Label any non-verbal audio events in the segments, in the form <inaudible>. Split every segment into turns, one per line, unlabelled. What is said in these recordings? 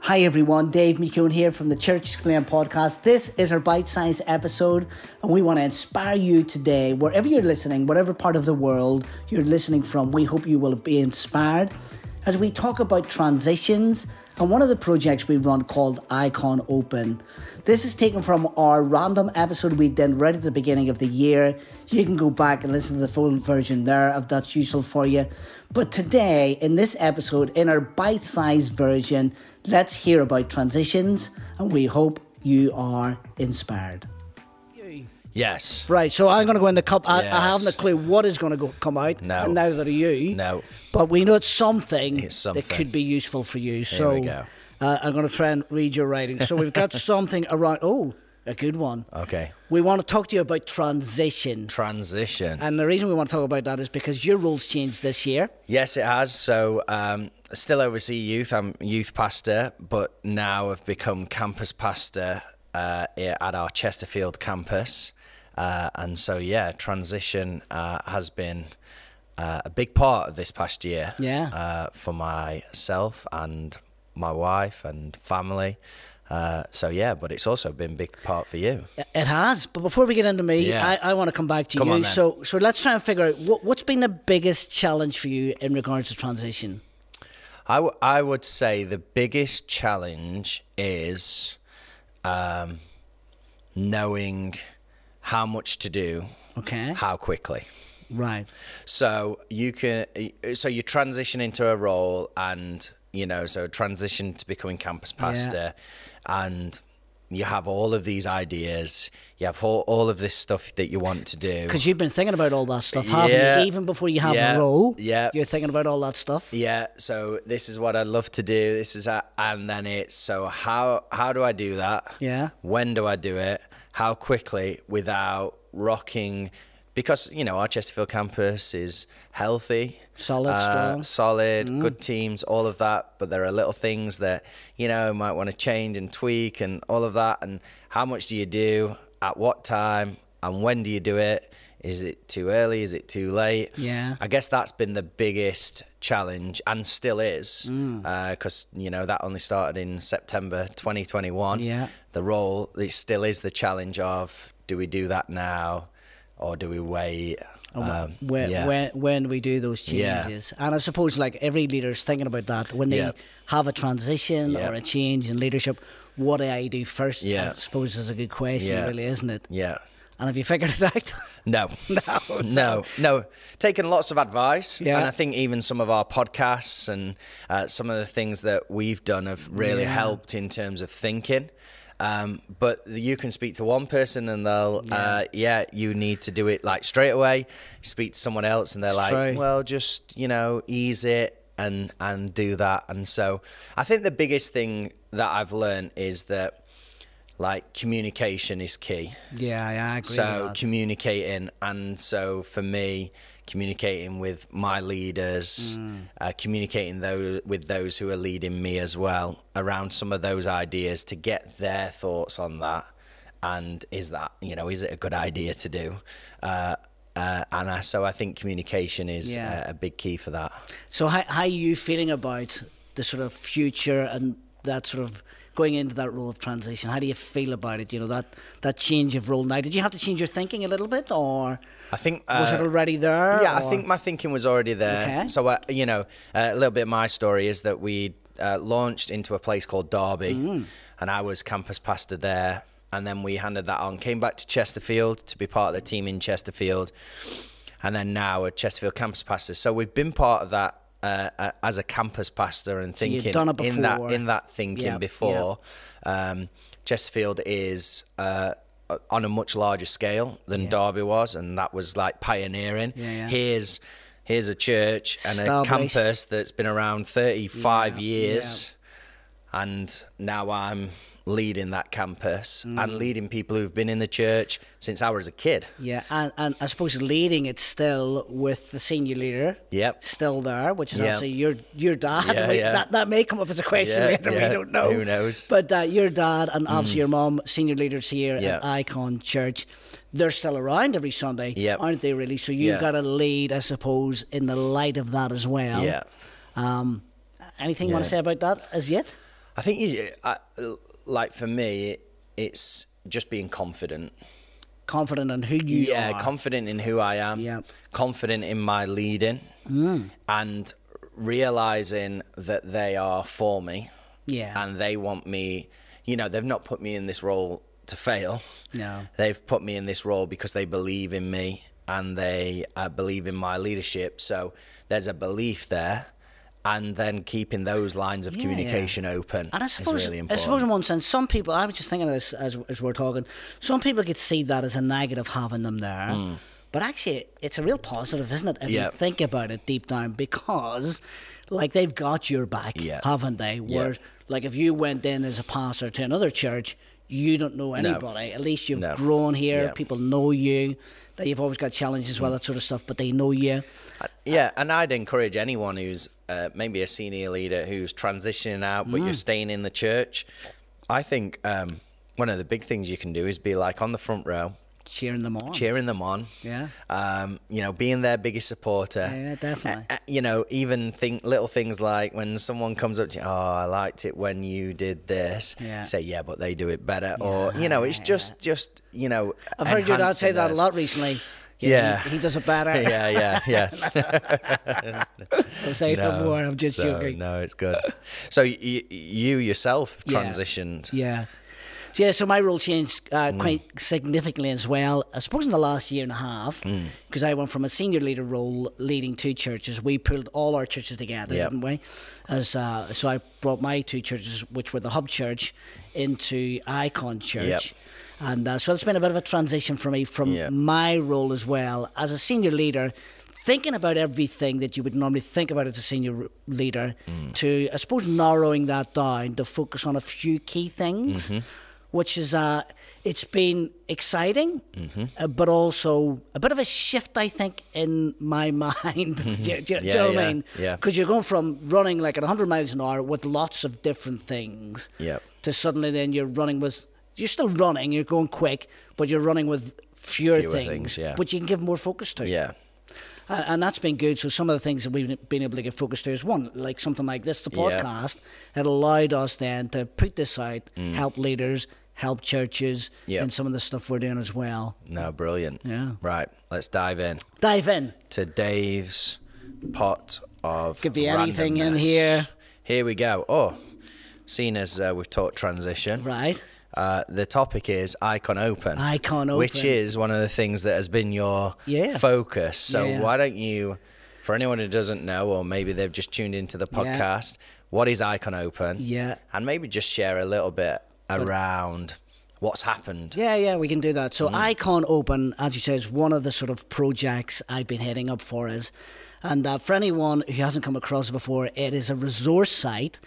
Hi everyone, Dave McCune here from the Church Explained podcast. This is our bite-sized episode, and we want to inspire you today, wherever you're listening, whatever part of the world you're listening from. We hope you will be inspired as we talk about transitions and one of the projects we run called Icon Open. This is taken from our random episode we did right at the beginning of the year. You can go back and listen to the full version there if that's useful for you. But today, in this episode, in our bite sized version, let's hear about transitions and we hope you are inspired.
Yes.
Right, so I'm going to go in the cup. I, I
Yes.
haven't a clue what is going to go, come out,
No.
and neither are you.
No.
But we know it's something,
It's something.
that could be useful for you. so
we go.
Uh, I'm going to try and read your writing. So we've
<laughs>
got something around. Oh, a good one.
Okay.
We want to talk to you about transition.
Transition.
And the reason we want to talk about that is because your roles changed this year.
yes, it has. So, um, still oversee youth. I'm youth pastor, but now I've become campus pastor uh, here at our Chesterfield campus. Uh, and so, yeah, transition uh, has been uh, a big part of this past year.
Yeah.
Uh, for myself and my wife and family. Uh, so yeah, but it's also been a big part for you.
It has. But before we get into me,
Yeah.
I, I want to come back to
Come
you.
on then.
so so let's try and figure out what, what's been the biggest challenge for you in regards to transition.
I, w- I would say the biggest challenge is um, knowing how much to do,
Okay.
how quickly.
Right.
So you can, so you transition into a role, and you know, so transition to becoming campus pastor, and you have all of these ideas. You have all, all of this stuff that you want to do.
Because you've been thinking about all that stuff, haven't
Yeah.
you? Even before you have
Yeah.
a role,
Yeah.
you're thinking about all that stuff.
yeah so this is what i'd love to do this is a, and then it's so how how do i do that
Yeah.
when do i do it how quickly without rocking because you know our chesterfield campus is healthy Uh,
Solid, strong. Mm.
solid good teams all of that but there are little things that you know might want to change and tweak and all of that and how much do you do at what time and when do you do it is it too early is it too late
Yeah.
I guess that's been the biggest challenge and still is because you know that only started in September 2021.
Yeah.
The role it still is the challenge of do we do that now or do we wait? Um,
When,
yeah.
when when we do those
Yeah.
changes, and I suppose like every leader's thinking about that when they
Yeah.
have a transition
Yeah.
or a change in leadership, what do I do first? I
Yeah.
suppose is a good question,
Yeah.
really, isn't it?
yeah.
And have you figured it out? <laughs>
No, no, no, no. Taken lots of advice,
Yeah.
and I think even some of our podcasts and uh, some of the things that we've done have really
Yeah.
helped in terms of thinking. Um, but you can speak to one person, and they'll, uh, yeah, you need to do it like straight away. Speak to someone else, and they're like,
true.
well, just you know, ease it and and do that. And so, I think the biggest thing that I've learned is that like communication is key.
yeah, yeah, I agree.
So
with that.
communicating, and so for me, communicating with my leaders, uh, communicating those with those who are leading me as well around some of those ideas to get their thoughts on that, and is that you know is it a good idea to do? Uh, uh, and I, so I think communication is
Yeah.
uh, a big key for that.
So how how are you feeling about the sort of future and that sort of going into that role of transition? How do you feel about it? You know that that change of role now. Did you have to change your thinking a little bit, or
I think uh,
was it already there?
Yeah, I
or-
think my thinking was already there.
Okay.
So, uh, you know, uh, a little bit of my story is that we uh, launched into a place called Derby,
Mm.
and I was campus pastor there. And then we handed that on, came back to Chesterfield to be part of the team in Chesterfield, and then now at Chesterfield campus pastor. So we've been part of that uh, uh, as a campus pastor and thinking
you've done it
in that
before.
in that thinking
Yeah, yeah.
before. Um, Chesterfield is. Uh, on a much larger scale than Derby was, and that was like pioneering
Yeah, yeah.
here's here's a church and a
Established.
campus that's been around
Yeah,
35 years and now I'm leading that campus
Mm.
and leading people who've been in the church since I was a kid.
Yeah, and, and I suppose leading it's still with the senior leader.
Yep.
Still there, which is
Yeah.
obviously your your dad.
Yeah,
We-
yeah.
That, that may come up as a question
Yeah,
later.
yeah,
We don't know.
who knows? Mm.
But uh, your dad and obviously your mom, senior leaders here
Yeah.
at Icon Church, they're still around every Sunday,
Yep.
aren't they? Really? So you've
Yeah.
got to lead, I suppose, in the light of that as well.
Yeah.
Um, anything you want to
Yeah.
say about that as yet?
I think you, I, like for me, it's just being confident.
Confident in who you
yeah,
are.
confident in who I am.
Yeah. Mm.
Confident in my leading, and realizing that they are for me,
yeah.
and they want me. You know, they've not put me in this role to fail.
no.
They've put me in this role because they believe in me and they uh, believe in my leadership. So there's a belief there, and then keeping those lines of
Yeah, yeah.
communication open
And I
is
suppose,
really
I
important.
suppose in one sense, some people, I was just thinking of this as, as we're talking, some people could see that as a negative having them there. But actually, it's a real positive, isn't it? If
Hmm. Yeah.
you think about it deep down, because like they've got your back,
Yeah.
haven't they? Where, like, if you went in as a pastor to another church, you don't know anybody. At least you've
No.
grown here,
Yeah. Hmm.
people know you, that you've always got challenges, well, that sort of stuff, but they know you.
yeah, and I'd encourage anyone who's uh, maybe a senior leader who's transitioning out, but
Mm.
you're staying in the church. I think um, one of the big things you can do is be like on the front row,
Cheering them on.
cheering them on.
Hmm. Yeah.
Um, you know, being their biggest supporter.
Yeah, definitely.
Uh, you know, even think little things like when someone comes up to you, oh, I liked it when you did this.
Yeah.
Say, yeah, but they do it better. Or, you know, it's just, just, you know.
I've heard your dad say
enhancing
that a
those.
lot recently.
Yeah.
He, he does it better.
<laughs> Yeah, yeah,
<laughs>
yeah.
Don't <laughs> say no,
No,
more. I'm just
so,
joking.
No, it's good. So y- y- you yourself
<laughs> Yeah.
transitioned. Mm.
Yeah. So, yeah, so my role changed uh, quite significantly as well. I suppose in the last year and a half,
Mm.
because I went from a senior leader role leading two churches. We pulled all our churches together,
Yep.
didn't we? As uh, so, I brought my two churches, which were the Hub Church, into Icon Church, and uh, so it's been a bit of a transition for me from
Yeah.
my role as well as a senior leader. Thinking about everything that you would normally think about as a senior r- leader,
Mm.
to I suppose narrowing that down to focus on a few key things,
Mm-hmm.
which is uh, it's been exciting,
Mm-hmm.
uh, but also a bit of a shift I think in my <laughs> mind. do, you- do you- do you
Yeah,
know what
yeah,
I mean?
yeah.
because you're going from running like at 100 miles an hour with lots of different things
Yep.
to suddenly then you're running with you're still running you're going quick but you're running with fewer,
Fewer things, yeah.
which you can give more focus to
Yeah.
and, and that's been good so some of the things that we've been able to get focus to is one like something like this the
Yeah.
podcast it allowed us then to put this out
Mm.
help leaders help churches
Yeah.
and some of the stuff we're doing as well
No, brilliant.
Yeah.
Right, let's dive in
dive in
to Dave's pot of
Could be anything in
randomness.
here.
Here we go. Oh, seeing as uh, we've taught transition.
right
Uh, the topic is icon open.
Icon
which
open.
is one of the things that has been your
Yeah.
focus. So
Yeah.
why don't you, for anyone who doesn't know, or maybe they've just tuned into the
Yeah.
podcast, what is icon open?
yeah
and maybe just share a little bit around what's happened.
Yeah, yeah, we can do that. So Icon Open, as you say, is one of the sort of projects I've been heading up for us. And uh, for anyone who hasn't come across it before, it is a resource site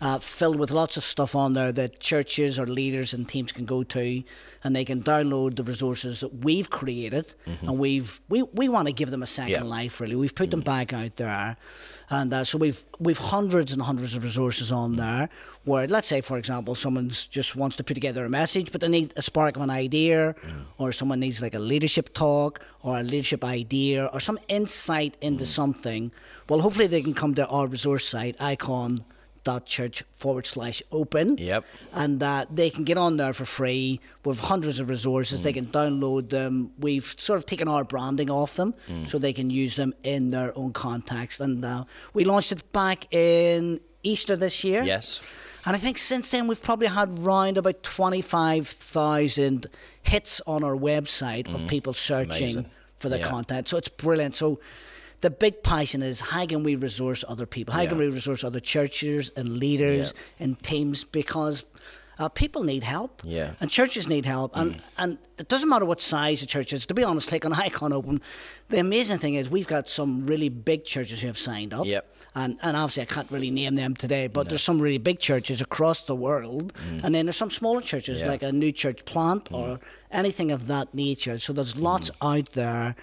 uh, filled with lots of stuff on there that churches or leaders and teams can go to, and they can download the resources that we've created. And we've we, we want to give them a second
Yeah.
life. Really, we've put them back out there, and uh, so we've we've hundreds and hundreds of resources on there. Where let's say, for example, someone's just wants to put together a message, but they need a spark of an idea, or someone needs like a leadership talk or a leadership idea or some insight into something. Well, hopefully they can come to our resource site icon dot church forward slash open
Yep.
and uh, they can get on there for free with hundreds of resources. They can download them. We've sort of taken our branding off them so they can use them in their own context. And uh, we launched it back in Easter this year.
Yes.
And I think since then we've probably had round about 25,000 hits on our website of people searching
Mm-hmm. Amazing.
for the
Yeah.
content. So it's brilliant. So the big passion is how can we resource other people? How can
Yeah.
we resource other churches and leaders and teams? Because uh, people need help
Yeah. Mm.
and churches need help. And, and it doesn't matter what size a church is. To be honest, like on Icon Open, the amazing thing is we've got some really big churches who have signed up
Yep.
and and obviously I can't really name them today, but there's some really big churches across the world, and then there's some smaller churches
Mm. Yeah. Mm.
like a new church plant or anything of that nature. So there's lots out there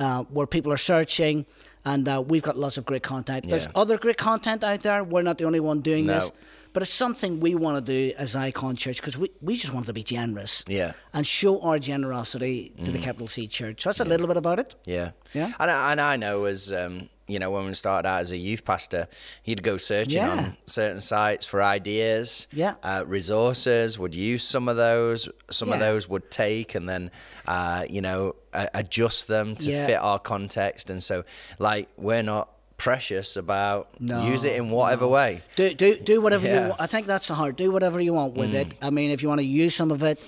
uh, where people are searching, and uh, we've got lots of great content. There's
Yeah.
other great content out there. We're not the only one doing this.
No.
But it's something we want to do as Icon Church because we, we just want to be generous
Yeah. Mm.
and show our generosity to the Capital C Church. So that's a little bit about it.
Yeah.
Yeah.
And I, and I know as um, you know, when we started out as a youth pastor, he'd go searching
Yeah.
on certain sites for ideas,
Yeah.
uh, resources, would use some of those, some of
Yeah.
those would take and then, uh, you know, uh, adjust them to
Yeah.
fit our context. And so, like, we're not precious about use it in whatever way.
Do do do whatever you
Yeah. Mm.
want. I think that's the heart. Do whatever you want with it. I mean, if you want to use some of it,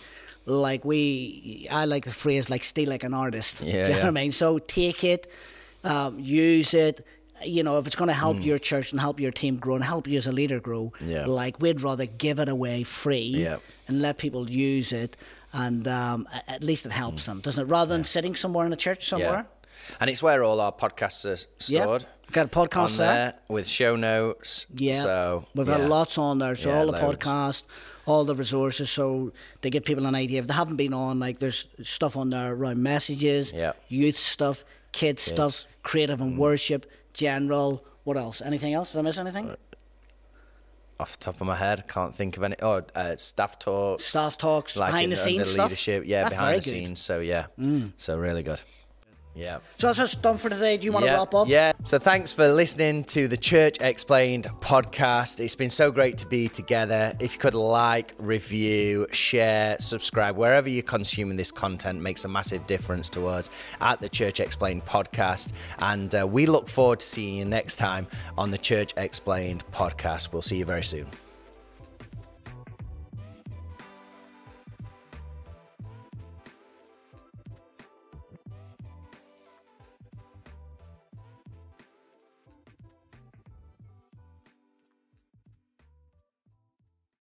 like we, I like the phrase like "steal like an artist." do you
Yeah,
know what I
yeah.
mean? So take it, um, use it. You know, if it's going to help your church and help your team grow and help you as a leader grow,
Mm. Yeah.
like we'd rather give it away free
Yeah.
and let people use it, and um, a- at least it
Mm.
helps them, doesn't it? Rather than sitting somewhere in a church somewhere.
And it's where all our podcasts are
Yeah.
stored.
Got a podcast
on
there.
there with show notes.
Yeah.
So
we've got
yeah.
lots on there. So
Yeah,
all the
loads.
podcast, all the resources, so they give people an idea. If they haven't been on, like there's stuff on there around messages,
Yeah.
youth stuff, kids, stuff,
Kids. Mm.
creative and worship, general. What else? Anything else? Did I miss
Uh,
anything?
Off the top of my head, can't think of any. Oh, uh, staff talks.
Staff talks, behind the
in-
scenes
under
stuff?
leadership. Yeah,
That's
behind
very
the
good. Mm.
scenes. So yeah. So really good. Yeah.
So that's us done for today. Do you want
yeah,
to wrap up?
Yeah. So thanks for listening to the Church Explained podcast. It's been so great to be together. If you could like, review, share, subscribe, wherever you're consuming this content makes a massive difference to us at the Church Explained podcast. And uh, we look forward to seeing you next time on the Church Explained podcast. We'll see you very soon.